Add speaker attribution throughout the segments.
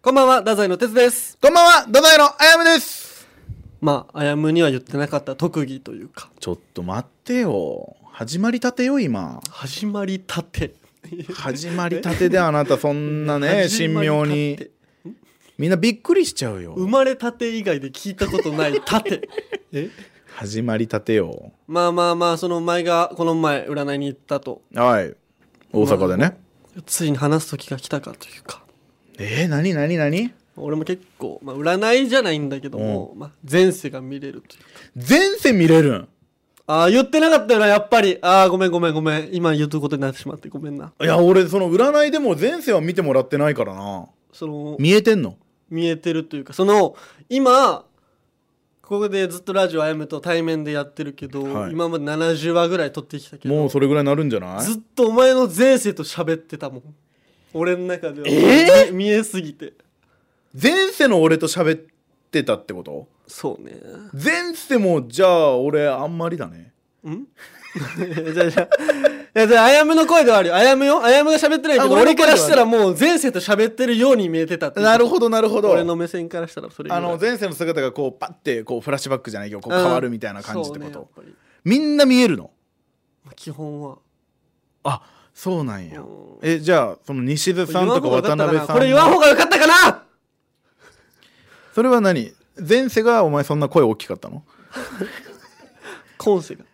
Speaker 1: こんばんは、太宰の哲です。
Speaker 2: こんばんは、どないのあやむです。
Speaker 1: まあ、あやむには言ってなかった特技というか、
Speaker 2: ちょっと待ってよ。始まりたてよ、今。
Speaker 1: 始まりたて。
Speaker 2: 始まりたてであなた、そんな ね、
Speaker 1: 始
Speaker 2: 神
Speaker 1: まりた
Speaker 2: 妙
Speaker 1: て
Speaker 2: に。みんなびっくりしちゃうよ
Speaker 1: 生。まれたて以外で聞いたことないたて。 え
Speaker 2: 始まりたてよ。
Speaker 1: まあまあまあ、その前が、この前、占いに行ったと。
Speaker 2: はい。大阪でね。
Speaker 1: ついに話す時が来たかというか。
Speaker 2: えー、なになになに
Speaker 1: 俺も結構、まあ、占いじゃないんだけども、まあ、前世が見れるというか。
Speaker 2: 前世見れるん。
Speaker 1: ああ、言ってなかったよな、やっぱり。ああ、ごめんごめんごめん。今言うことになってしまってごめんな。
Speaker 2: いや、俺、その占いでも前世は見てもらってないからな。
Speaker 1: その、
Speaker 2: 見えてんの
Speaker 1: 見えてるというかその今ここでずっとラジオあやむと対面でやってるけど、
Speaker 2: はい
Speaker 1: 今まで70話ぐらい撮ってきたけど
Speaker 2: もうそれぐらいなるんじゃない
Speaker 1: ずっとお前の前世と喋ってたもん俺の中では、
Speaker 2: え
Speaker 1: み見えすぎて
Speaker 2: 前世の俺と喋ってたってこと
Speaker 1: そうね
Speaker 2: 前世も、じゃあ、俺、あんまりだね。
Speaker 1: んじゃあじゃあいやじゃああやむの声ではあるよあやむよあやむが喋ってないけ
Speaker 2: あ
Speaker 1: ど
Speaker 2: 俺の
Speaker 1: 俺
Speaker 2: 声で
Speaker 1: か
Speaker 2: はある
Speaker 1: らしたらもう前世と喋ってるように見えてたっていう
Speaker 2: なるほど、なるほど。
Speaker 1: 俺の目線からしたらそれぐら
Speaker 2: あ
Speaker 1: い
Speaker 2: の前世の姿がこうパッてこうフラッシュバックじゃないけどこう変わるみたいな感じってこ
Speaker 1: うんそうねやっ
Speaker 2: と、
Speaker 1: ぱり
Speaker 2: みんな見えるの
Speaker 1: まあ基本は
Speaker 2: あそうなんや
Speaker 1: うん
Speaker 2: えじゃあその西津さんとか渡辺さんの
Speaker 1: これ言わん方がよかったかな
Speaker 2: それは何前世がお前そんな声大きかっ たの
Speaker 1: 今世が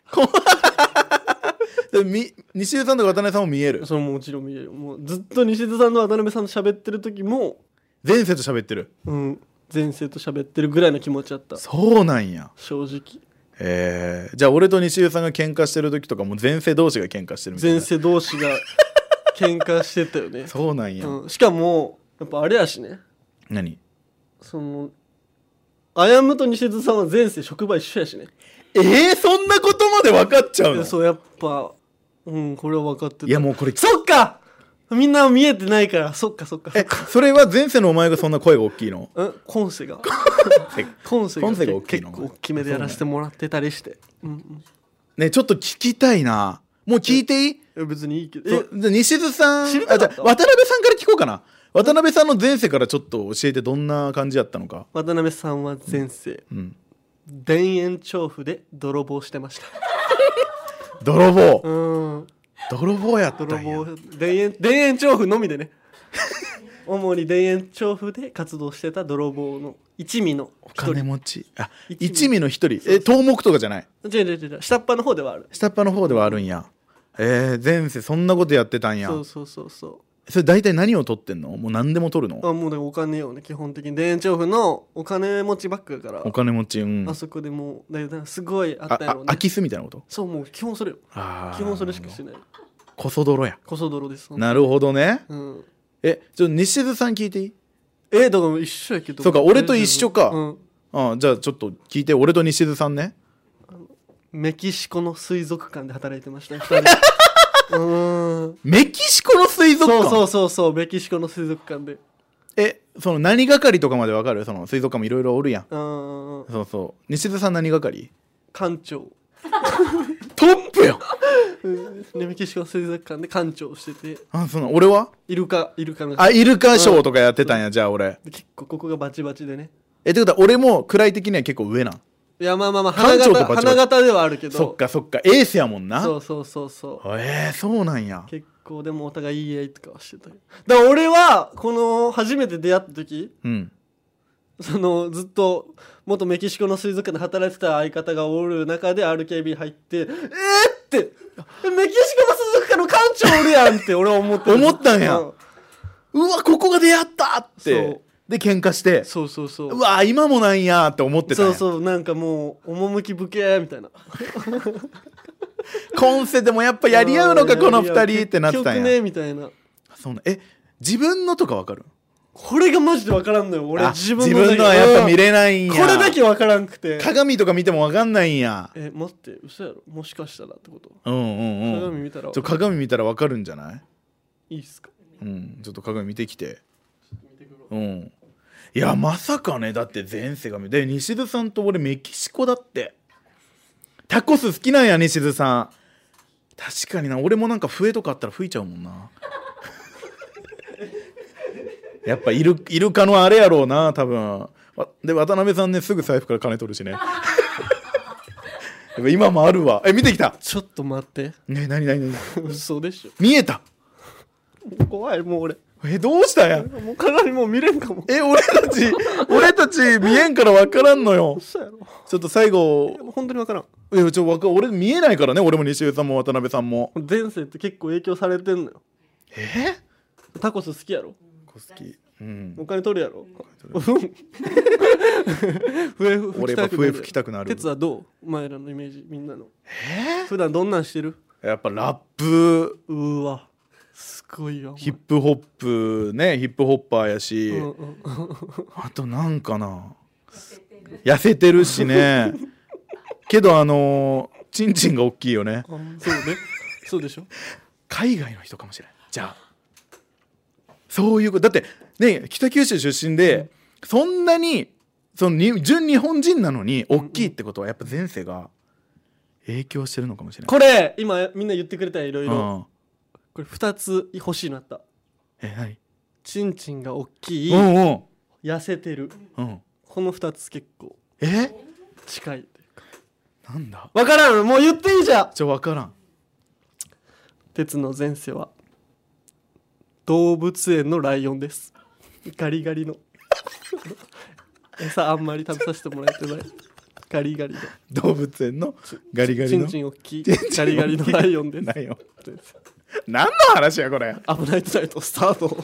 Speaker 2: でみ西津さんとか渡辺さんも見える
Speaker 1: それももちろん見えるよもうずっと西津さんと渡辺さんと喋ってる時も、
Speaker 2: 前世と喋ってる
Speaker 1: うん、前世と喋ってるぐらいの気持ちだった
Speaker 2: そうなんや
Speaker 1: 正直
Speaker 2: えー、じゃあ俺と西津さんが喧嘩してる時とかも前世同士が喧嘩してるみたいな
Speaker 1: 前世同士が喧嘩してたよね、
Speaker 2: そうなんや、
Speaker 1: うん、しかもやっぱあれやしね
Speaker 2: 何
Speaker 1: そのあやむと西津さんは前世職場一緒やしね
Speaker 2: えー、そんなことまで分かっちゃうの
Speaker 1: そうやっぱうんこれは分かってた
Speaker 2: いやもうこれ
Speaker 1: そっかみんな見えてないからそっかそっか
Speaker 2: えそれは前世のお前がそんな声が大きいの
Speaker 1: うん今世 が今世が
Speaker 2: 今世が大きい
Speaker 1: 結
Speaker 2: の
Speaker 1: 構大きめでやらせてもらってたりしてうんうん
Speaker 2: ねちょっと聞きたいなもう聞いていい
Speaker 1: いや別にいいけど
Speaker 2: そ
Speaker 1: え
Speaker 2: うじゃあ西津さん
Speaker 1: 知りた
Speaker 2: あ
Speaker 1: かっ
Speaker 2: じゃ
Speaker 1: た
Speaker 2: あ渡辺さんから聞こうかな渡辺さんの前世からちょっと教えてどんな感じやったのか
Speaker 1: 渡辺さんは前世、
Speaker 2: うん
Speaker 1: 田園調布で泥棒してました
Speaker 2: 泥棒、
Speaker 1: うん
Speaker 2: 泥棒やったんや
Speaker 1: 泥棒田園田園調布のみで ね主に田園調布で活動してた泥棒の一味の
Speaker 2: お
Speaker 1: 一
Speaker 2: 金
Speaker 1: 人
Speaker 2: 持ちあ
Speaker 1: 一味
Speaker 2: 一味の一人え東目とかじゃない
Speaker 1: 違う違う違う下っ端の方ではある
Speaker 2: 下っ端の方ではあるんやえー、前世そんなことやってたんや
Speaker 1: そうそうそうそ
Speaker 2: それ大体何を取ってんのもう何でも取る
Speaker 1: う
Speaker 2: の
Speaker 1: あもうだからお金よね基本的に田園調布のお金持ちばっかだから
Speaker 2: お金持ちうん
Speaker 1: あそこでもうだからすごいあ
Speaker 2: あ
Speaker 1: ったや
Speaker 2: あ
Speaker 1: ろうね
Speaker 2: 空き巣みたいなこと
Speaker 1: そうもう基本それよ
Speaker 2: あー
Speaker 1: 基本それしかしてない
Speaker 2: こそ泥や
Speaker 1: こそ泥です
Speaker 2: なるほどね
Speaker 1: うん
Speaker 2: えちょっと西津さん聞いていい
Speaker 1: えだから一緒やけど
Speaker 2: そうか俺と一緒か
Speaker 1: うん
Speaker 2: ああじゃあちょっと聞いて俺と西津さんね
Speaker 1: メキシコの水族館で働いてま したね二人うーん
Speaker 2: メキシコの水族
Speaker 1: そう
Speaker 2: 館
Speaker 1: そうそうそうメキシコの水族館でう
Speaker 2: えその何係とかまでわかるその水族館もいろいろおるやん
Speaker 1: ーん
Speaker 2: そうそう西津さん何係
Speaker 1: 館長
Speaker 2: トップよ
Speaker 1: ねメキシコの水族館で館長をしてて
Speaker 2: あその俺は
Speaker 1: イルカイルカの
Speaker 2: あイルカショーとかやってたんやじゃあ俺
Speaker 1: 結構ここがバチバチでね
Speaker 2: えってことは俺も位的には結構上なん
Speaker 1: いやまあまあまあ花
Speaker 2: 館長と
Speaker 1: 形
Speaker 2: バチバチ
Speaker 1: 花形ではあるけど
Speaker 2: そっかそっかエースやもんな
Speaker 1: そうそうそうそう
Speaker 2: えー、そうなんや
Speaker 1: 結構でもお互いいいやいとかはしてたけどだから俺はこの初めて出会った時
Speaker 2: うん
Speaker 1: そのずっと元メキシコの水族館で働いてた相方がおる中で RKB 入ってえー、ってメキシコの水族館の館長おるやんって俺は思って
Speaker 2: 思ったんや
Speaker 1: う
Speaker 2: うわここが出会ったっ
Speaker 1: そう
Speaker 2: てで喧嘩して
Speaker 1: そうそうそう
Speaker 2: うわ今もなんやって思ってたん
Speaker 1: そう
Speaker 2: や
Speaker 1: そうなんかもう趣ぶけみたいな
Speaker 2: 今世でもやっぱやり合うのかこの二人ってなってた
Speaker 1: 結
Speaker 2: んや
Speaker 1: 局ねみたいな
Speaker 2: そうなえ自分のとかわかる
Speaker 1: これがマジで分からんのよ俺
Speaker 2: あ
Speaker 1: 自分の
Speaker 2: 自分のはやっぱ見れないん
Speaker 1: うん
Speaker 2: や
Speaker 1: これだけ分からんくて
Speaker 2: 鏡とか見てもわかんないんや
Speaker 1: え待って嘘やろもしかしたらってこと
Speaker 2: うんうんうん
Speaker 1: 鏡見たら
Speaker 2: ちょ鏡見たらわかるんじゃない
Speaker 1: いいっすか
Speaker 2: うんちょっと鏡見てきてうんいやまさかねだって前世が見で西津さんと俺メキシコだってタコス好きなんや西津さん確かにな俺もなんか笛とかあったら吹いちゃうもんな やっぱイルイルカのあれやろうな多分わで渡辺さんねすぐ財布から金取るしね やっぱ今もあるわえ見てきた
Speaker 1: ちょっと待って
Speaker 2: ね何何何
Speaker 1: 嘘でしょ
Speaker 2: 見えた
Speaker 1: 怖いもう俺
Speaker 2: えどうしたんや
Speaker 1: もうかなりもう見れんかも
Speaker 2: え俺たち俺たち見えんから分からんのよ
Speaker 1: 嘘やろ
Speaker 2: ちょっと最後
Speaker 1: 本当にわからん
Speaker 2: えちょわか俺見えないからね俺も西尾さんも渡辺さんも
Speaker 1: 前世って結構影響されてんのよ
Speaker 2: え
Speaker 1: タコス好きやろ
Speaker 2: コスキうん
Speaker 1: お金取るやろうん 笛吹
Speaker 2: 俺
Speaker 1: き
Speaker 2: やったぱ
Speaker 1: く
Speaker 2: 笛
Speaker 1: な
Speaker 2: 吹き
Speaker 1: る
Speaker 2: たくなる
Speaker 1: 鉄はどうお前らのイメージみんなの普段どんなんしてる
Speaker 2: やっぱラップ
Speaker 1: うーわすごいわお前
Speaker 2: ヒップホップねヒップホッパーやし、
Speaker 1: うんうん
Speaker 2: あとなんかな痩せてるしねけどあのーチンチンが大きいよね
Speaker 1: あそうねそうでしょ
Speaker 2: 海外の人かもしれないじゃあそういうことだってね北九州出身で、そんなにそのに純日本人なのに大きいってことはやっぱ前世が影響してるのかもしれない
Speaker 1: これ今みんな言ってくれたいろいろ
Speaker 2: うん
Speaker 1: これ2つ欲しいなった
Speaker 2: え何
Speaker 1: チンチンが大きい
Speaker 2: うんうん
Speaker 1: 痩せてる
Speaker 2: うん
Speaker 1: この2つ結構
Speaker 2: え
Speaker 1: 近いというか
Speaker 2: なんだ
Speaker 1: わからんもう言っていいじゃん
Speaker 2: じゃあ分からん
Speaker 1: 鉄の前世は動物園のライオンですガリガリの 餌あんまり食べさせてもらえてないガリガリの
Speaker 2: 動物園のガリガリ
Speaker 1: チ
Speaker 2: の
Speaker 1: ンチン大きい
Speaker 2: チンチン大きい
Speaker 1: ガリガリのライオンです
Speaker 2: ないよ 何の話やこれ
Speaker 1: 危ないトナイトスター ト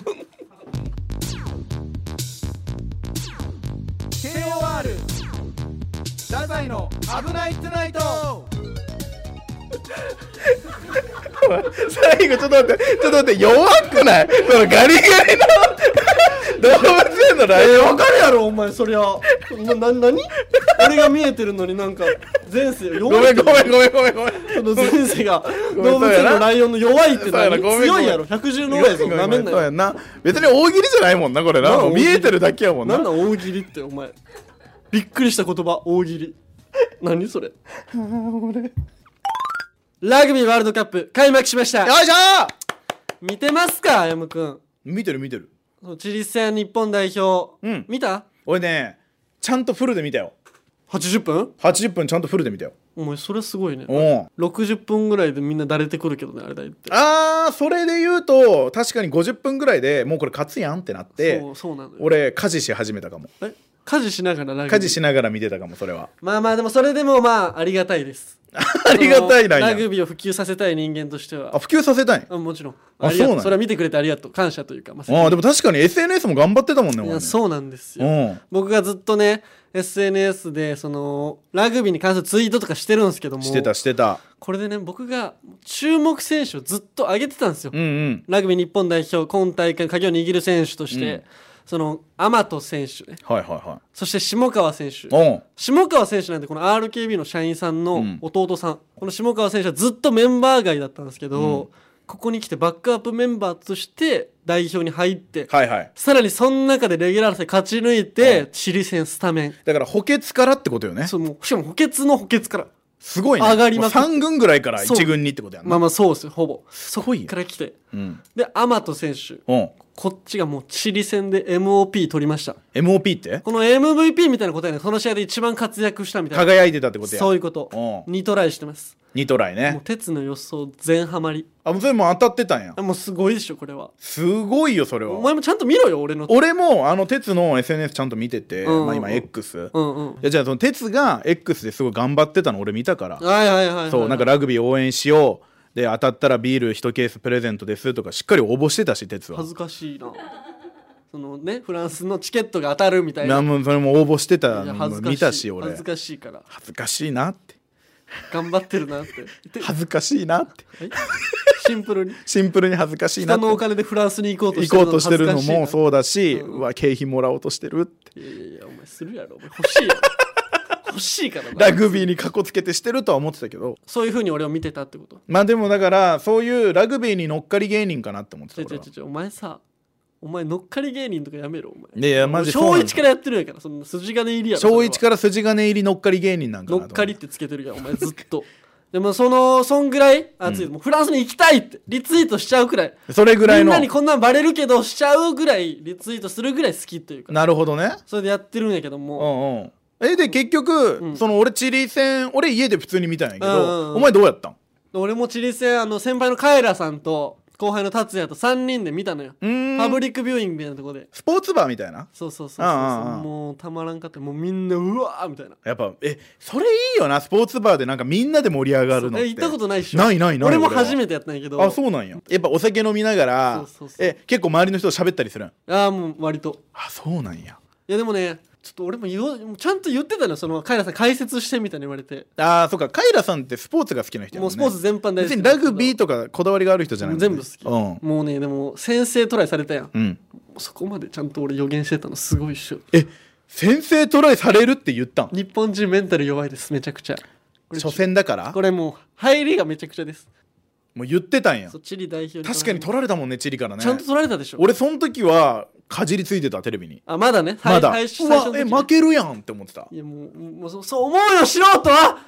Speaker 2: KOR 太宰の危ないトゥナイト最後ちょっと待ってちょっと待って弱くないそのガリガリの動物園のラ
Speaker 1: え
Speaker 2: イ
Speaker 1: ー、
Speaker 2: オ
Speaker 1: わ
Speaker 2: ン
Speaker 1: かるやろお前そりゃなな何俺が見えてるのになんか前世が
Speaker 2: ご
Speaker 1: 弱
Speaker 2: め
Speaker 1: い
Speaker 2: んごめんごめんごめんごめん
Speaker 1: その前世が
Speaker 2: ごめん
Speaker 1: 動物園のライオンの弱いって
Speaker 2: そうやな
Speaker 1: 何
Speaker 2: ごめん
Speaker 1: 強いやろ百獣の王やぞ
Speaker 2: ごめん
Speaker 1: なめんな
Speaker 2: そうや
Speaker 1: よ
Speaker 2: んな別に大喜利じゃないもんなこれな
Speaker 1: な
Speaker 2: もう見えてるだけやもんな
Speaker 1: なんだ大喜利ってお前びっくりした言葉大喜利何それ ラグビーワールドカップ開幕しました
Speaker 2: よいしょ
Speaker 1: 見てますか山くん
Speaker 2: 見てる見てる
Speaker 1: そうチリ戦日本代表、
Speaker 2: うん
Speaker 1: 見た
Speaker 2: 俺ねちゃんとフルで見たよ
Speaker 1: 80分
Speaker 2: 80分ちゃんとフルで見たよ
Speaker 1: お前それすごいね
Speaker 2: うん
Speaker 1: 60分ぐらいでみんなだれてくるけどねあれだいって
Speaker 2: あーそれで言うと確かに50分ぐらいでもうこれ勝つやんってなって
Speaker 1: そうそうなのよ
Speaker 2: 俺家事し始めたかも
Speaker 1: え家事しながらラグビー
Speaker 2: 家事しながら見てたかもそれは
Speaker 1: まあまあでもそれでもまあありがたい です
Speaker 2: ありがたいな
Speaker 1: そのラ
Speaker 2: んや
Speaker 1: グビーを普及させたい人間としては
Speaker 2: あ普及させたいん
Speaker 1: あもちろん
Speaker 2: あ
Speaker 1: ありが
Speaker 2: そう
Speaker 1: と
Speaker 2: なん
Speaker 1: う
Speaker 2: や
Speaker 1: それは見てくれてありがとう感謝というか、まあ
Speaker 2: あーでも確かに SNS も頑張ってたもんね
Speaker 1: い
Speaker 2: お前
Speaker 1: や
Speaker 2: ね
Speaker 1: そうなんです
Speaker 2: う
Speaker 1: よ
Speaker 2: ん
Speaker 1: 僕がずっとね SNS でそのラグビーに関するツイートとかしてるんですけども
Speaker 2: してたしてた
Speaker 1: これでね僕が注目選手をずっと上げてたんですよ、
Speaker 2: うんうん
Speaker 1: ラグビー日本代表今大会の鍵を握る選手として、
Speaker 2: うん
Speaker 1: その天斗選手ね
Speaker 2: はいは
Speaker 1: そして下川選手
Speaker 2: いはいうん
Speaker 1: 下川選手なんてこの RKB の社員さんの弟さん、この下川選手はずっとメンバー外だったんですけど、ここに来てバックアップメンバーとして代表に入って、
Speaker 2: はいはい
Speaker 1: さらにその中でレギュラー戦勝ち抜いて、チリ戦スタメン
Speaker 2: だから補欠からってことよね
Speaker 1: そうもうしかも補欠の補欠から
Speaker 2: すごいね
Speaker 1: 上がりまくって
Speaker 2: 3軍ぐらいから
Speaker 1: そう
Speaker 2: 1軍にってことやん
Speaker 1: ま
Speaker 2: な
Speaker 1: あまあそうですよほぼ
Speaker 2: すごいよ
Speaker 1: から来て
Speaker 2: うん
Speaker 1: でアマト選手
Speaker 2: うん
Speaker 1: こっちがもうチリ戦で MOP 取りました
Speaker 2: MOP って
Speaker 1: この MVP みたいなことやねその試合で一番活躍したみたいな
Speaker 2: 輝いてたってことや
Speaker 1: そういうこと
Speaker 2: う
Speaker 1: 2トライしてます
Speaker 2: 2トライ
Speaker 1: もう
Speaker 2: ね
Speaker 1: 鉄の予想全ハマり
Speaker 2: あもうそれもう当たってたんや
Speaker 1: あもうすごいでしょこれは
Speaker 2: すごいよそれ
Speaker 1: お
Speaker 2: は
Speaker 1: 前もちゃんと見ろよ俺の
Speaker 2: 俺もあの鉄の SNS ちゃんと見てて、
Speaker 1: うんうんうん
Speaker 2: まあ、今 X、い
Speaker 1: うんうん
Speaker 2: やじゃあその鉄が X ですごい頑張ってたの俺見たから、
Speaker 1: はいはいはいはい
Speaker 2: そうなんかラグビー応援しようで当たったらビール1ケースプレゼントですとかしっかり応募してたし鉄は
Speaker 1: 恥ずかしいなそのねフランスのチケットが当たるみたいな
Speaker 2: なんもそれも応募してた
Speaker 1: い
Speaker 2: の
Speaker 1: や
Speaker 2: も
Speaker 1: 恥ずかしい
Speaker 2: 見たし俺
Speaker 1: 恥ずかしいから
Speaker 2: 恥ずかしいなって
Speaker 1: 頑張ってるなってで
Speaker 2: 恥ずかしいなって
Speaker 1: はいシンプルに
Speaker 2: シンプルに恥ずかしいな
Speaker 1: 人
Speaker 2: っ
Speaker 1: のお
Speaker 2: て
Speaker 1: 金でフランスに行こうとし
Speaker 2: 行
Speaker 1: て
Speaker 2: こ
Speaker 1: る
Speaker 2: うとしてるのも
Speaker 1: う
Speaker 2: そうだし、
Speaker 1: う
Speaker 2: うんわ経費もらおうとしてるって
Speaker 1: いやいやいやお前するやろお前欲しいやろ欲しいから
Speaker 2: ラ
Speaker 1: な
Speaker 2: グビーにかこつけてしてるとは思ってたけど
Speaker 1: そういうふうに俺を見てたってこと
Speaker 2: まあでもだからそういうラグビーに乗っかり芸人かなって思って
Speaker 1: ち
Speaker 2: た
Speaker 1: ょち
Speaker 2: 俺
Speaker 1: ょ
Speaker 2: は
Speaker 1: ちょちょお前さお前乗っかり芸人とかやめろお前
Speaker 2: いやいやマジそう
Speaker 1: 小
Speaker 2: なんだ
Speaker 1: 一からやってるんやからその筋金入りやろ
Speaker 2: 小一
Speaker 1: か
Speaker 2: から筋金入り乗っかり芸人なんかな
Speaker 1: 乗っかりってつけてるやんお前ずっと でもそのそんぐらい熱い、もうフランスに行きたいってリツイートしちゃうくらい
Speaker 2: それぐらい
Speaker 1: みん
Speaker 2: の
Speaker 1: なにこんなんバレるけどしちゃうぐらいリツイートするぐらい好きというか
Speaker 2: なるほどね
Speaker 1: それでやってるんやけど
Speaker 2: う
Speaker 1: も、
Speaker 2: んうんえで結局、
Speaker 1: うん
Speaker 2: その俺チリ戦俺家で普通に見たんやけど、
Speaker 1: うんうんうん
Speaker 2: お前どうやったん
Speaker 1: 俺もチリ戦あの先輩のカエラさんと後輩の達也と3人で見たのよ
Speaker 2: うーん
Speaker 1: パブリックビューイングみたいなとこで
Speaker 2: スポーツバーみたいな
Speaker 1: そうそうそうそう
Speaker 2: ああああ
Speaker 1: もうたまらんかったもうみんなうわーみたいな
Speaker 2: やっぱえそれいいよなスポーツバーでなんかみんなで盛り上がるのっ
Speaker 1: え
Speaker 2: て
Speaker 1: 行ったことないっしょ
Speaker 2: ないないない
Speaker 1: 俺も
Speaker 2: 俺は
Speaker 1: 初めてやったんやけど
Speaker 2: あそうなんややっぱお酒飲みながら
Speaker 1: そうそうそう
Speaker 2: え結構周りの人と喋ったりするん
Speaker 1: ああもう割と
Speaker 2: あそうなんや
Speaker 1: いやでもねちょっと俺も言おうちゃんと言ってたのよそのカエラさん解説してみたいに言われて
Speaker 2: あーそっかカイラさんってスポーツが好きな人や
Speaker 1: も
Speaker 2: もん
Speaker 1: う
Speaker 2: ね
Speaker 1: スポーツ全般大好き
Speaker 2: 別にラグビーとかこだわりがある人じゃないもんね
Speaker 1: 全部好き
Speaker 2: うん
Speaker 1: もうねでも先生トライされたやん
Speaker 2: うん
Speaker 1: そこまでちゃんと俺予言してたのすごいっしょ
Speaker 2: え先制トライされるって言ったん
Speaker 1: 日本人メンタル弱いですめちゃくちゃこれ
Speaker 2: 初戦だから
Speaker 1: これもう入りがめちゃくちゃです
Speaker 2: もう言ってたんや
Speaker 1: そうチリ代表
Speaker 2: 確かに取られたもんねチリからね
Speaker 1: ちゃんと取られたでしょ
Speaker 2: 俺その時はかじりついてたテレビに
Speaker 1: あまだね最
Speaker 2: まだ
Speaker 1: 最初最
Speaker 2: うわ
Speaker 1: 初の時
Speaker 2: え
Speaker 1: ね
Speaker 2: 負けるやんって思ってた
Speaker 1: いやもうもうそうそう思うよ素人は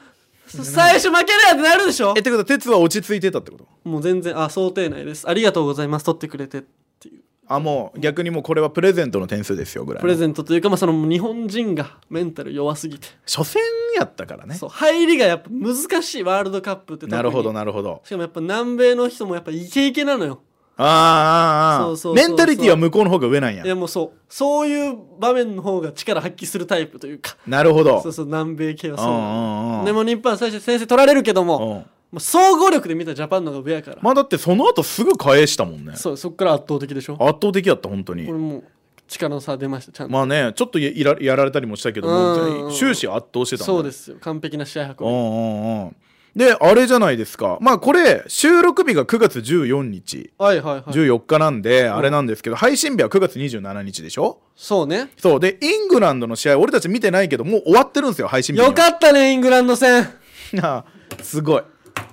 Speaker 1: そ最初負けるやんってなるでしょ
Speaker 2: えってことは鉄は落ち着いてたってこと
Speaker 1: もう全然あ想定内ですありがとうございます取ってくれてっていう
Speaker 2: あもう逆にもうこれはプレゼントの点数ですよぐらい
Speaker 1: プ
Speaker 2: の
Speaker 1: レゼントというか、まあ、その日本人がメンタル弱すぎて、
Speaker 2: 初戦やったからね
Speaker 1: そう入りがやっぱ難しいワールドカップって特に
Speaker 2: なるほどなるほど
Speaker 1: しかもやっぱ南米の人もやっぱイケイケなのよ
Speaker 2: あーあーあ
Speaker 1: そ
Speaker 2: ー
Speaker 1: うそうそう
Speaker 2: メ
Speaker 1: そう
Speaker 2: ンタリティは向こうの方が上なんや
Speaker 1: いやもうそうそういう場面の方が力発揮するタイプというか
Speaker 2: なるほど
Speaker 1: そうそう南米系はそう
Speaker 2: う
Speaker 1: なの
Speaker 2: んうんうん
Speaker 1: でも日本は最初先生取られるけども
Speaker 2: う
Speaker 1: も
Speaker 2: ん
Speaker 1: う総合力で見たジャパンの方が上やから、
Speaker 2: まあだってその後すぐ返したもんね圧
Speaker 1: そうそっから圧倒的でしょこ
Speaker 2: 倒的やった本当
Speaker 1: れ
Speaker 2: に
Speaker 1: もう力の差出ましたちゃんと、
Speaker 2: まあねちょっとやいらやられたりもしたけど
Speaker 1: うん
Speaker 2: もう終始圧倒してたもん
Speaker 1: そ
Speaker 2: ね
Speaker 1: うですよ完璧な試合
Speaker 2: うん
Speaker 1: 運び
Speaker 2: うんうんであれじゃないですかまあこれ収録日が9月14日
Speaker 1: はいはいはい
Speaker 2: 14日なんであれなんですけど配信日は9月27日でしょ
Speaker 1: そうね
Speaker 2: そうでイングランドの試合俺たち見てないけどもう終わってるんですよ配信日には
Speaker 1: よかったねイングランド戦
Speaker 2: な あすごい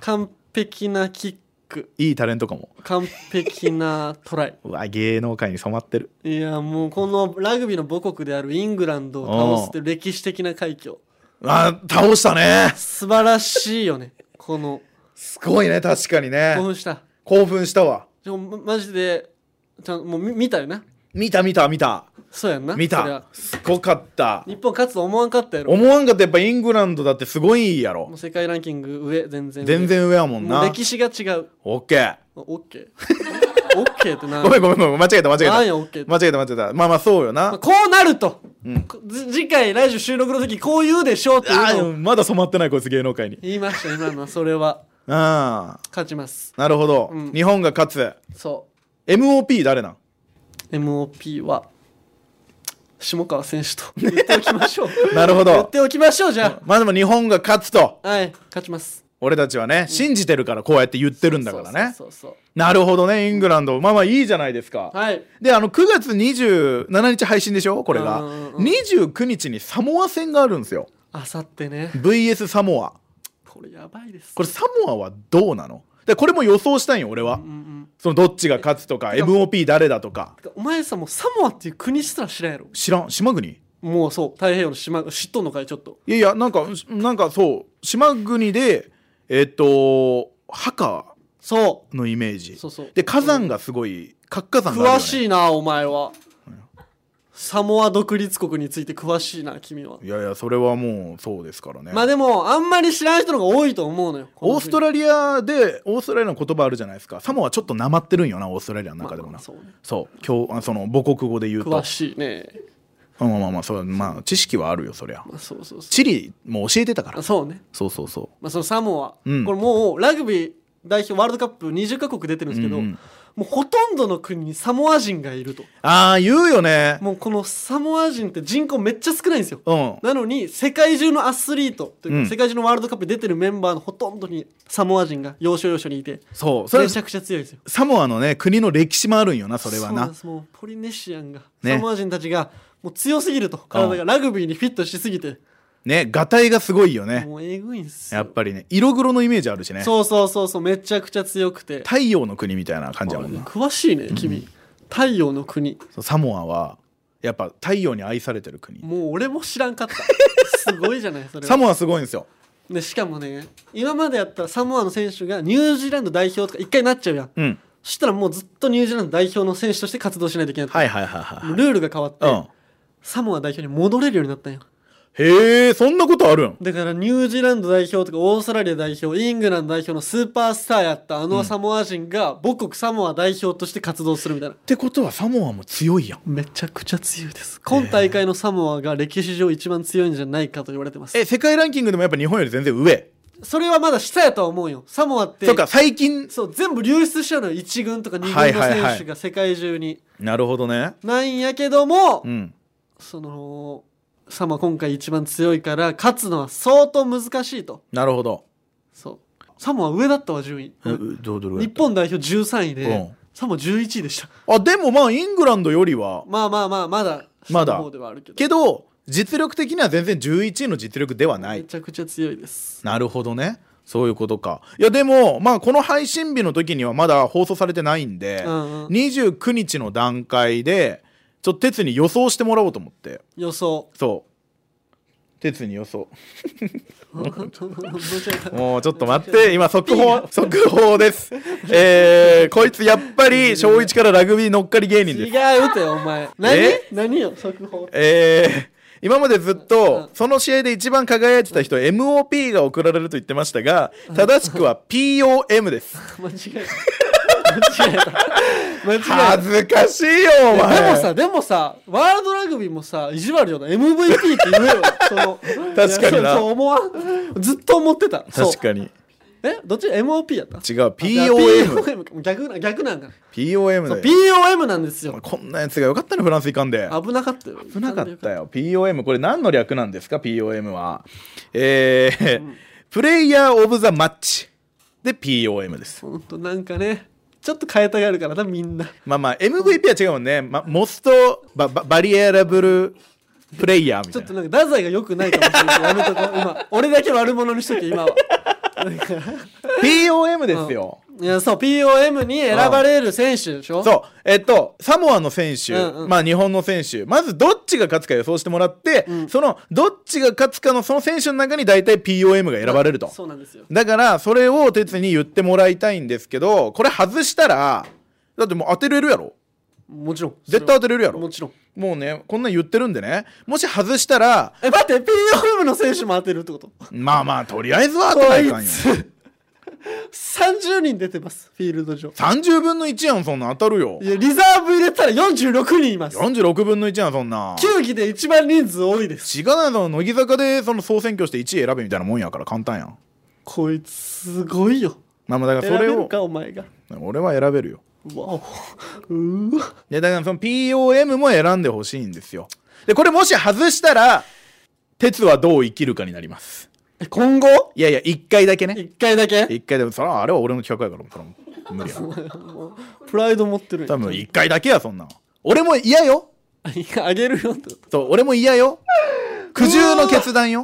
Speaker 1: 完璧なキック
Speaker 2: いいタレントかも
Speaker 1: 完璧なトライ
Speaker 2: うわ芸能界に染まってる
Speaker 1: いやもうこのラグビーの母国であるイングランドを倒すって歴史的な快挙
Speaker 2: あ倒したね
Speaker 1: 素晴らしいよね この
Speaker 2: すごいね確かに
Speaker 1: 興
Speaker 2: ね
Speaker 1: 奮した
Speaker 2: 興奮したわ
Speaker 1: でもまマジでちゃんもうみ見たよな
Speaker 2: 見た見た見た
Speaker 1: そうやんな
Speaker 2: 見
Speaker 1: そりゃ
Speaker 2: たすごかった
Speaker 1: 日本勝つと思わんかったやろ
Speaker 2: 思わんかったやっぱイングランドだってすごいや
Speaker 1: も
Speaker 2: ろ
Speaker 1: う世界ランキング上全然上
Speaker 2: 全然上やもん
Speaker 1: もう
Speaker 2: な
Speaker 1: 歴史が違う
Speaker 2: オッケー
Speaker 1: オッケ ーオッケーってな
Speaker 2: ごめんごめんごめん間違えた間違えた
Speaker 1: なんやオッケーって
Speaker 2: 間違えた間違えたまあまあそうよ
Speaker 1: まあ
Speaker 2: な
Speaker 1: こうなると、
Speaker 2: うん
Speaker 1: こじ次回来週収録の時こう言うでしょうって
Speaker 2: あ
Speaker 1: いうのを
Speaker 2: ーまだ染まってないこいつ芸能界に
Speaker 1: 言いました今のはそれは
Speaker 2: ああ
Speaker 1: 勝ちます
Speaker 2: なるほど、
Speaker 1: うん
Speaker 2: 日本が勝つ
Speaker 1: そ
Speaker 2: MOP 誰なん
Speaker 1: う MOP は下川選手と言っておきましょう
Speaker 2: なるほ
Speaker 1: 言っ
Speaker 2: ど
Speaker 1: ておきましょうじゃ
Speaker 2: まあでも日本が勝つと
Speaker 1: あはい勝ちます
Speaker 2: 俺たちはね信じてるからこうやって言ってるんだからね
Speaker 1: そうそうそうそ
Speaker 2: なるほどねイングランドまあまあいいじゃないですか
Speaker 1: うはい
Speaker 2: であの9月27日配信でしょこれが
Speaker 1: うんうんうん
Speaker 2: 29日にサモア戦があるんですよ
Speaker 1: あさってね
Speaker 2: VS サモア
Speaker 1: これやばいです
Speaker 2: これサモアはどうなのでこれも予想したいよ俺は
Speaker 1: うんうん
Speaker 2: そのどっちが勝つとか
Speaker 1: えてか
Speaker 2: MOP 誰だとか
Speaker 1: てかお前さもうサモアっていう国すら知らんやろ
Speaker 2: 知らん島国
Speaker 1: もうそう太平洋の島知っとんのかいちょっと
Speaker 2: いやいやなんかなんかそう島国でえっと墓
Speaker 1: そ
Speaker 2: のイメー
Speaker 1: う
Speaker 2: ジ
Speaker 1: そうそう
Speaker 2: で火山がすごい活火山があるよ、ね、
Speaker 1: 詳しいなお前はサモア独立国について詳しいな君はい
Speaker 2: やいやそれはもうそうですからね、
Speaker 1: まあでもあんまり知らん人の方が多いと思うのよ
Speaker 2: オースト
Speaker 1: ラ
Speaker 2: ラリアでオーストラリアの言葉あるじゃないですかサモアちょっとなまってるんよなオーストラリアの中でもな、
Speaker 1: そうね
Speaker 2: そう今日あその母国語で言うと
Speaker 1: 詳しいね
Speaker 2: うんまあまあまあそうまあ知識はあるよそりゃ
Speaker 1: まあそうそうそ
Speaker 2: 地理も教えてたか
Speaker 1: う
Speaker 2: ら
Speaker 1: そうね
Speaker 2: そうそうそ
Speaker 1: まあそのサモア、
Speaker 2: うん
Speaker 1: これもうラグビー代表ワールドカップ20カ国出てるん
Speaker 2: う、
Speaker 1: ですけど、
Speaker 2: うんうん
Speaker 1: もうほとんどの国にサモア人がいると
Speaker 2: ああ言うよね
Speaker 1: もうこのサモア人って人口めっちゃ少ないんですよ
Speaker 2: うん
Speaker 1: なのに世界中のアスリートというか、
Speaker 2: うん
Speaker 1: 世界中のワールドカップ出てるメンバーのほとんどにサモア人が要所要所にいて
Speaker 2: そうそれ
Speaker 1: めちゃくちゃ強いんですよ
Speaker 2: サモアのね国の歴史もあるんよなそれは
Speaker 1: うなん
Speaker 2: な
Speaker 1: ですもうポリネシアンが、
Speaker 2: ね
Speaker 1: サモア人たちがもう強すぎると体がラグビーにフィットしすぎて、
Speaker 2: ねがたいがすごいよね
Speaker 1: もうえぐいんすよ
Speaker 2: やっぱりね色黒のイメージあるしね
Speaker 1: そうそうそうそうめちゃくちゃ強くて
Speaker 2: 太陽の国みたいな感じやもんな
Speaker 1: 詳しいね君、太陽の国
Speaker 2: そうサモアはやっぱ太陽に愛されてる国
Speaker 1: もう俺も知らんかったすごいじゃないそれは
Speaker 2: サモアすごいんですよ
Speaker 1: でしかもね今までやったらサモアの選手がニュージーランド代表とか一回なっちゃうやん
Speaker 2: うん
Speaker 1: そしたらもうずっとニュージーランド代表の選手として活動しないといけない、
Speaker 2: はいはいはいはい
Speaker 1: もうルールが変わって、
Speaker 2: うん
Speaker 1: サモア代表に戻れるようになったんよ
Speaker 2: へえそんなことあるん
Speaker 1: だからニュージーランド代表とかオーストラリア代表イングランド代表のスーパースターやったあのサモア人が母国サモア代表として活動するみたいな
Speaker 2: ってことはサモアも強いやん
Speaker 1: めちゃくちゃ強いです今大会のサモアが歴史上一番強いんじゃないかと言われてます
Speaker 2: え世界ランキングでもやっぱ日本より全然上
Speaker 1: それはまだ下やとは思うよサモアって
Speaker 2: そうか最近
Speaker 1: そう全部流出しちゃうのよ1軍とか2軍
Speaker 2: はいはい
Speaker 1: の
Speaker 2: はい
Speaker 1: 選手が世界中に
Speaker 2: なるほどね
Speaker 1: ないんやけども、
Speaker 2: うん
Speaker 1: そのサモア今回一番強いから勝つのは相当難しいと
Speaker 2: なるほど
Speaker 1: そうサモア上だったわ順位
Speaker 2: ううどうどれぐら
Speaker 1: 日
Speaker 2: い
Speaker 1: 本代表13位で、
Speaker 2: うん
Speaker 1: サモア11位でした
Speaker 2: あでもまあイングランドよりは
Speaker 1: まあまあまあまだ
Speaker 2: まだ
Speaker 1: 下の方ではあるけど
Speaker 2: けど実力的には全然11位の実力ではな
Speaker 1: め
Speaker 2: い
Speaker 1: ちゃくちゃ強いです
Speaker 2: なるほどねそういうことかいやでもまあこの配信日の時にはまだ放送されてないんで、
Speaker 1: うんうん
Speaker 2: 29日の段階でちょっと哲に予想してもらおうと思って
Speaker 1: 予想
Speaker 2: そう哲に予想
Speaker 1: 間違 えた
Speaker 2: もうちょっと 待って今速報速報ですえー、こいつやっぱり小1からラグビー乗っかり芸人です
Speaker 1: 違うってお前何
Speaker 2: え
Speaker 1: 何よ速報
Speaker 2: えー今までずっ
Speaker 1: うん
Speaker 2: とその試合で一番輝いてた人 MOP が送られると言ってましたが正し くは POM です
Speaker 1: 間違えた間違え た間違えた
Speaker 2: 恥ずかしいよお
Speaker 1: で
Speaker 2: 前
Speaker 1: もさでもさワールドラグビーもさ意地悪よな MVP って言えよその
Speaker 2: 確かにない
Speaker 1: やそうそう思わんずっと思ってたそう
Speaker 2: 確かに違う
Speaker 1: えどっち MOP やった
Speaker 2: POM
Speaker 1: POM 逆な逆なんだ
Speaker 2: POM
Speaker 1: そう
Speaker 2: だよ
Speaker 1: POM なんですよ
Speaker 2: こんなやつがよかったねフランス行かんで
Speaker 1: 危なかったよ
Speaker 2: 危なかったよ POM これ何の略なんですか POM はえープレイヤー・オブ・ザ・マッチで POM です
Speaker 1: ほんとなんかねちょっと変えたがるからなみんな
Speaker 2: まあまあ MVP は違うもんね、ま、モストバババリエラブルプレイヤー
Speaker 1: ち
Speaker 2: みた
Speaker 1: ょっ
Speaker 2: いな
Speaker 1: となんか太宰が良くないかもしれないやめとこう今俺だけ悪者にしとけ今は
Speaker 2: POM ですよ、
Speaker 1: いやそう POM に選ばれる選手でしょ
Speaker 2: そうえっとサモアの選手、
Speaker 1: うんうん
Speaker 2: まあ日本の選手まずどっちが勝つか予想してもらって、そのどっちが勝つかのその選手の中に大体 POM が選ばれると、
Speaker 1: そうなんですよ
Speaker 2: だからそれを哲に言ってもらいたいんですけどこれ外したらだってもう当てれるやろ
Speaker 1: もちろん
Speaker 2: 絶対当てれるやろ
Speaker 1: もちろん
Speaker 2: もうねこんなん言ってるんでねもし外したら
Speaker 1: え待って POM の選手も当てるってこと
Speaker 2: まあまあとりあえずは当て
Speaker 1: こ
Speaker 2: ない
Speaker 1: い
Speaker 2: かんよ
Speaker 1: つ30人出てますフィールド上
Speaker 2: 30分の1やんそんなん当たるよ
Speaker 1: いやリザーブ入れたら46人います
Speaker 2: 46分の1やんそんなん
Speaker 1: 球技で一番人数多いです
Speaker 2: 違うやろ乃木坂でその総選挙して1位選べみたいなもんやから簡単やん
Speaker 1: こいつすごいよ
Speaker 2: まあまあだか
Speaker 1: 選
Speaker 2: らそ
Speaker 1: べ
Speaker 2: れ
Speaker 1: る
Speaker 2: を
Speaker 1: かお前が
Speaker 2: 俺は選べるよ
Speaker 1: うわおうわ
Speaker 2: でだからその POM も選んでほしいんですよでこれもし外したら鉄はどう生きるかになります
Speaker 1: え今後
Speaker 2: いやいや1回だけね
Speaker 1: 一回だけ
Speaker 2: 1回でもそれはあれは俺の企画やからそれは無理や
Speaker 1: プライド持ってる
Speaker 2: 多分1回だけやそんなん俺も嫌よ
Speaker 1: いやあげるよってこと
Speaker 2: そう俺も嫌よ苦渋の決断よ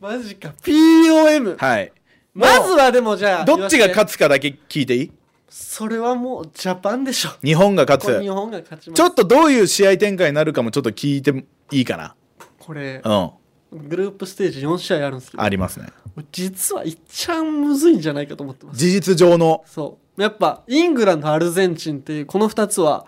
Speaker 1: マジか POM
Speaker 2: はい
Speaker 1: まずはでもじゃあ
Speaker 2: どっち
Speaker 1: 言わ
Speaker 2: が
Speaker 1: せて
Speaker 2: 勝つかだけ聞いていい
Speaker 1: それはもうジャパンでしょ
Speaker 2: 日本が勝
Speaker 1: これ日
Speaker 2: つ
Speaker 1: 本が勝ちます
Speaker 2: ちょっとどういう試合展開になるかもちょっと聞いてもいいかな
Speaker 1: これ
Speaker 2: うん
Speaker 1: グループステージ4試合あるんですけど
Speaker 2: ありますね
Speaker 1: 実は一番むずいんじゃないかと思ってます
Speaker 2: 事実上の
Speaker 1: そうやっぱイングランドアルゼンチンっていうこの2つは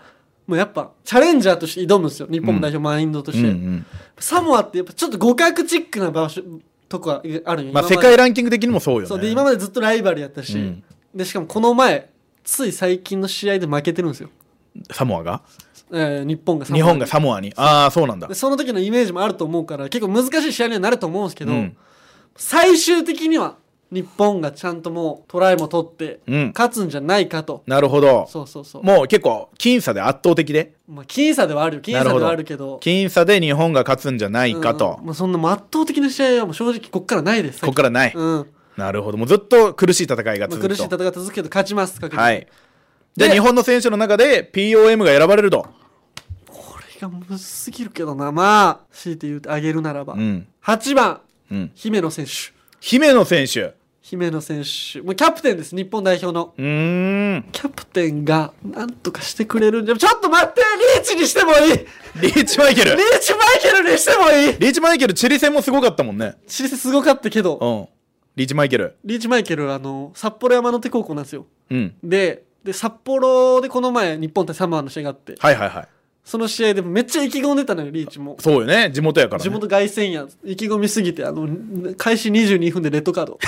Speaker 1: もうやっぱチャレンジャーとして挑むんですよ日本代表マインドと
Speaker 2: う
Speaker 1: し
Speaker 2: んう
Speaker 1: て、
Speaker 2: ん
Speaker 1: サモアってやっぱちょっと互角チックな場所とこはあるんよ
Speaker 2: ま
Speaker 1: 今
Speaker 2: あ世
Speaker 1: で
Speaker 2: 界ランキング的にもそうよね
Speaker 1: そうで今までずっとライバルやったし、
Speaker 2: うん
Speaker 1: でしかもこの前つい最近の試合で負けてるんですよ、
Speaker 2: サモアが
Speaker 1: えー日本がサモア
Speaker 2: 日本がサモアにああそうなんだ
Speaker 1: でその時のイメージもあると思うから結構難しい試合にはなると思うんですけど、
Speaker 2: うん
Speaker 1: 最終的には日本がちゃんともうトライも取って
Speaker 2: うん
Speaker 1: 勝つんじゃないかと、
Speaker 2: なるほど
Speaker 1: そうそうそう
Speaker 2: もう結構僅差で圧倒的で
Speaker 1: まあ僅差ではあるよ僅
Speaker 2: なる
Speaker 1: 差
Speaker 2: ほ
Speaker 1: で
Speaker 2: ど
Speaker 1: はあるけど
Speaker 2: 僅差で日本が勝つんじゃないかと
Speaker 1: うんまあ、そんなもう圧倒的な試合はもう正直こっからないです
Speaker 2: ここからない
Speaker 1: うん
Speaker 2: なるほどもうずっと苦しい戦いが
Speaker 1: まあ、
Speaker 2: 続
Speaker 1: 苦
Speaker 2: く
Speaker 1: しい戦
Speaker 2: と
Speaker 1: いが続くけど勝ちます確実に
Speaker 2: はいで
Speaker 1: で
Speaker 2: 日本の選手の中で POM が選ばれると
Speaker 1: これがむずすぎるけどなまあ強いて言うてあげるならば、
Speaker 2: うん
Speaker 1: 8番
Speaker 2: うん
Speaker 1: 姫野選手
Speaker 2: 姫野選手
Speaker 1: 姫野選手もうキャプテンです日本代表の
Speaker 2: うーん
Speaker 1: キャプテンがなんとかしてくれるんじゃちょっと待ってリーチにしてもいいリー
Speaker 2: リーチマイケル
Speaker 1: チマイケルにしてもいい
Speaker 2: リーチマイケルチリ戦もすごかったもんね
Speaker 1: 知りすごかったけど
Speaker 2: うんリーチマイケル
Speaker 1: リーチマイケルあの札幌山手高校なんですよ
Speaker 2: うん
Speaker 1: でで札幌でこの前日本対サモアの試合があって
Speaker 2: はいはいはい
Speaker 1: その試合でもめっちゃ意気込んでたのよリーチも
Speaker 2: そうよね地元やから、
Speaker 1: 地
Speaker 2: ね、
Speaker 1: 元凱旋やん意気込みすぎてあの開始22分でレッドカー ド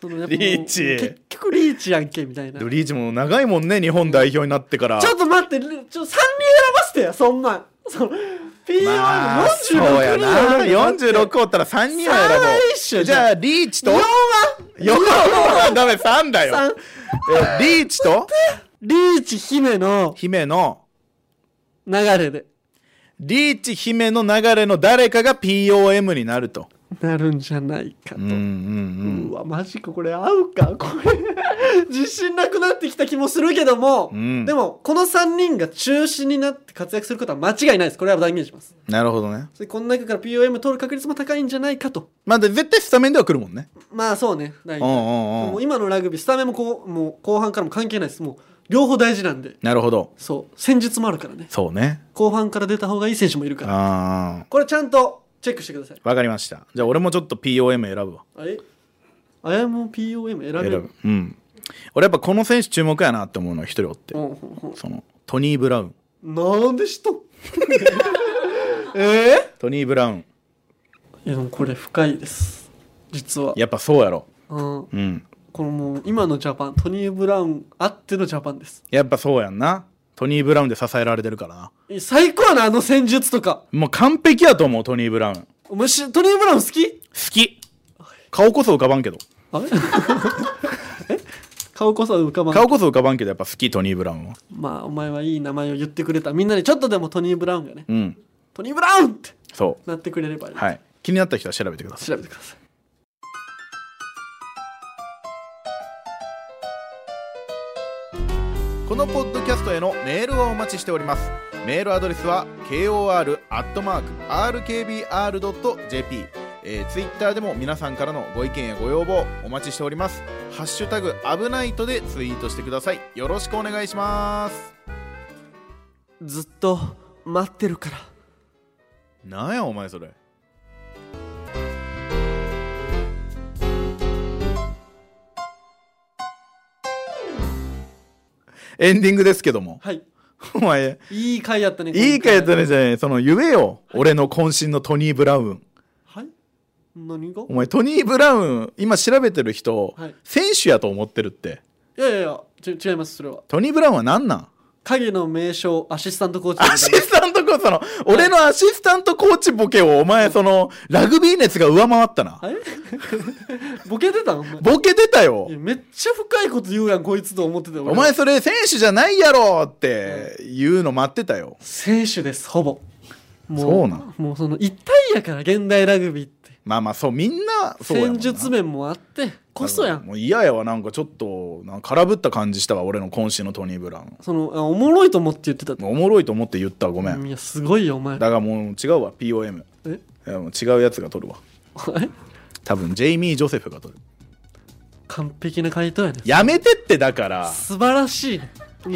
Speaker 1: そのやっぱもう
Speaker 2: リーチ
Speaker 1: 結局リーチやんけみたいな
Speaker 2: でも
Speaker 1: ち
Speaker 2: リーチも長いもんね日本代表になってから
Speaker 1: ょっと待ってルちょ3人選ばせてやそんなんその PY の
Speaker 2: まあ
Speaker 1: 46人
Speaker 2: そうやな
Speaker 1: 46
Speaker 2: 46おったら3人は選ぼ
Speaker 1: 三一緒
Speaker 2: う
Speaker 1: じ
Speaker 2: じ
Speaker 1: ゃん
Speaker 2: ゃあリーチと
Speaker 1: 4
Speaker 2: 4
Speaker 1: は
Speaker 2: はダメ3だよ
Speaker 1: 三
Speaker 2: えリーチと
Speaker 1: リーチ姫の
Speaker 2: 姫の
Speaker 1: 流れで
Speaker 2: リーチ姫の流れの誰かが POM になると
Speaker 1: なるんじゃないかと、
Speaker 2: うんうん
Speaker 1: うわマジかこれ合うかこれ 自信なくなってきた気もするけども、
Speaker 2: うん
Speaker 1: でもこの3人が中心になって活躍することは間違いないですこれは断言します
Speaker 2: うんなるほどね
Speaker 1: それこの中から POM 取る確率も高いんじゃないかと
Speaker 2: まあで絶対スタメンでは来るもんね
Speaker 1: まあそうね大体
Speaker 2: うんうん
Speaker 1: も
Speaker 2: う
Speaker 1: うん今のラグビースタメンもこうもう後半からも関係ないですもう両方大事なんで
Speaker 2: なるほど
Speaker 1: そう戦術もあるからね
Speaker 2: そうね
Speaker 1: 後半から出た方がいい選手もいるから
Speaker 2: あ
Speaker 1: これちゃんとチェックしてください
Speaker 2: あわかりましたじゃあ俺もちょっと POM 選ぶわ
Speaker 1: あれあやも POM 選べ
Speaker 2: 選
Speaker 1: る
Speaker 2: ぶうん俺やっぱこの選手注目やなって思うのが一人おって
Speaker 1: うんうん
Speaker 2: そのトニー・ブラウン
Speaker 1: うんなんで知ったんええ
Speaker 2: トニー・ブラウン
Speaker 1: いやでもこれ深いです実は、
Speaker 2: やっぱそうやろ
Speaker 1: うん、
Speaker 2: うん
Speaker 1: このもう今のジャパントニー・ブラウンあってのジャパンです
Speaker 2: やっぱそうやんなトニー・ブラウンで支えられてるからな
Speaker 1: え最高やなあの戦術とか
Speaker 2: もう完璧やと思うトニー・ブラウン好
Speaker 1: お前しトニー・ブラウン好き
Speaker 2: き顔こそ浮かばんけど
Speaker 1: あれ え顔こそ浮かばん
Speaker 2: 顔こそ浮かばんけどやっぱ好きトニー・ブラウンは
Speaker 1: まあお前はいい名前を言ってくれたみんなにちょっとでもトニー・ブラウンがね
Speaker 2: うん
Speaker 1: トニー・ブラウンって
Speaker 2: そ
Speaker 1: なってくれればいいう
Speaker 2: はい気になった人は調べてください
Speaker 1: 調べてください
Speaker 2: このポッドキャストへのメールはお待ちしておりますメールアドレスは kor.rkbr.jp えー、ツイッターでも皆さんからのご意見やご要望お待ちしておりますハッシュタグ危ないとでツイートしてくださいよろしくお願いします
Speaker 1: ずっと待ってるから
Speaker 2: なんやお前それエンディングですけども
Speaker 1: はい
Speaker 2: お前
Speaker 1: いい回やったね
Speaker 2: いいかやった
Speaker 1: ね
Speaker 2: ねじゃねえその言えよ俺の渾身のトニー・ブラウン
Speaker 1: はい何が
Speaker 2: お前トニー・ブラウン今調べてる人、
Speaker 1: はい
Speaker 2: 選手やと思ってるって
Speaker 1: いやいやいやち違いますそれは
Speaker 2: トニー・ブラウンは何なん
Speaker 1: 影の名称アシスタントコーチ
Speaker 2: アシスタントコーチその俺のアシスタントコーチボケをお前そのラグビー熱が上回ったな
Speaker 1: あれ ボケてたのお前
Speaker 2: ボケてたよ
Speaker 1: いやめっちゃ深いこと言うやんこいつと思ってたよ
Speaker 2: お前それ選手じゃないやろって言うの待ってたよ
Speaker 1: 選手ですほぼも
Speaker 2: そうなん
Speaker 1: もうその一体やから現代ラグビーって
Speaker 2: まあまあそうみんなそうやも
Speaker 1: 戦
Speaker 2: んな
Speaker 1: 術面もあってこそや
Speaker 2: だから
Speaker 1: ん
Speaker 2: もう嫌やわなんかちょっとなんか空振った感じしたわ俺の渾身のトニー・ブラウン
Speaker 1: そのあおもろいと思って言ってたって
Speaker 2: おもろいと思って言ったわごめん
Speaker 1: いやすごいよお前
Speaker 2: だがもう違うわ POM
Speaker 1: え
Speaker 2: いやもう違うやつが取るわ
Speaker 1: え
Speaker 2: 多分ジェイミー・ジョセフが取る
Speaker 1: 完璧な回答やね
Speaker 2: やめてってだから
Speaker 1: 素晴らしいね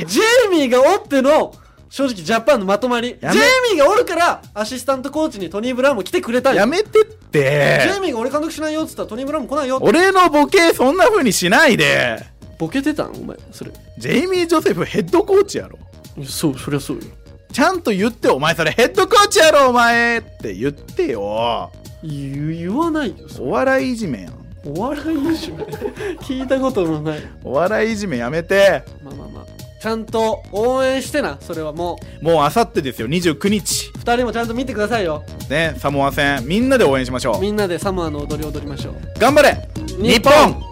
Speaker 1: ジェイミーがおっての正直ジャパンのまとまりジェイ
Speaker 2: やめ
Speaker 1: ミーがおるからアシスタントコーチにトニー・ブラウンも来てくれたんよ
Speaker 2: やめてっ
Speaker 1: ジェイ
Speaker 2: て
Speaker 1: ミーが俺監督しないよっつったらトニー・ブラウンも来ないよって
Speaker 2: 俺のボケそんな風にしないで
Speaker 1: ボケてたんお前それ
Speaker 2: ジェイミー・ジョセフヘッドコーチやろ
Speaker 1: そうそりゃそうよ
Speaker 2: ちゃんと言ってお前それヘッドコーチやろお前って言ってよ
Speaker 1: 言言わないよそ
Speaker 2: お笑いいじめやん
Speaker 1: お笑いでしょ聞いたことのない
Speaker 2: お笑いいじめやめて
Speaker 1: まあまあまあちゃんと応援してなそれはも
Speaker 2: もうあさってですよ29日
Speaker 1: う2人もちゃんと見てくださいよ
Speaker 2: ねサモア戦みんなで応援しましょ
Speaker 1: みんなでサモアの踊り踊りましょう
Speaker 2: う頑張れ日本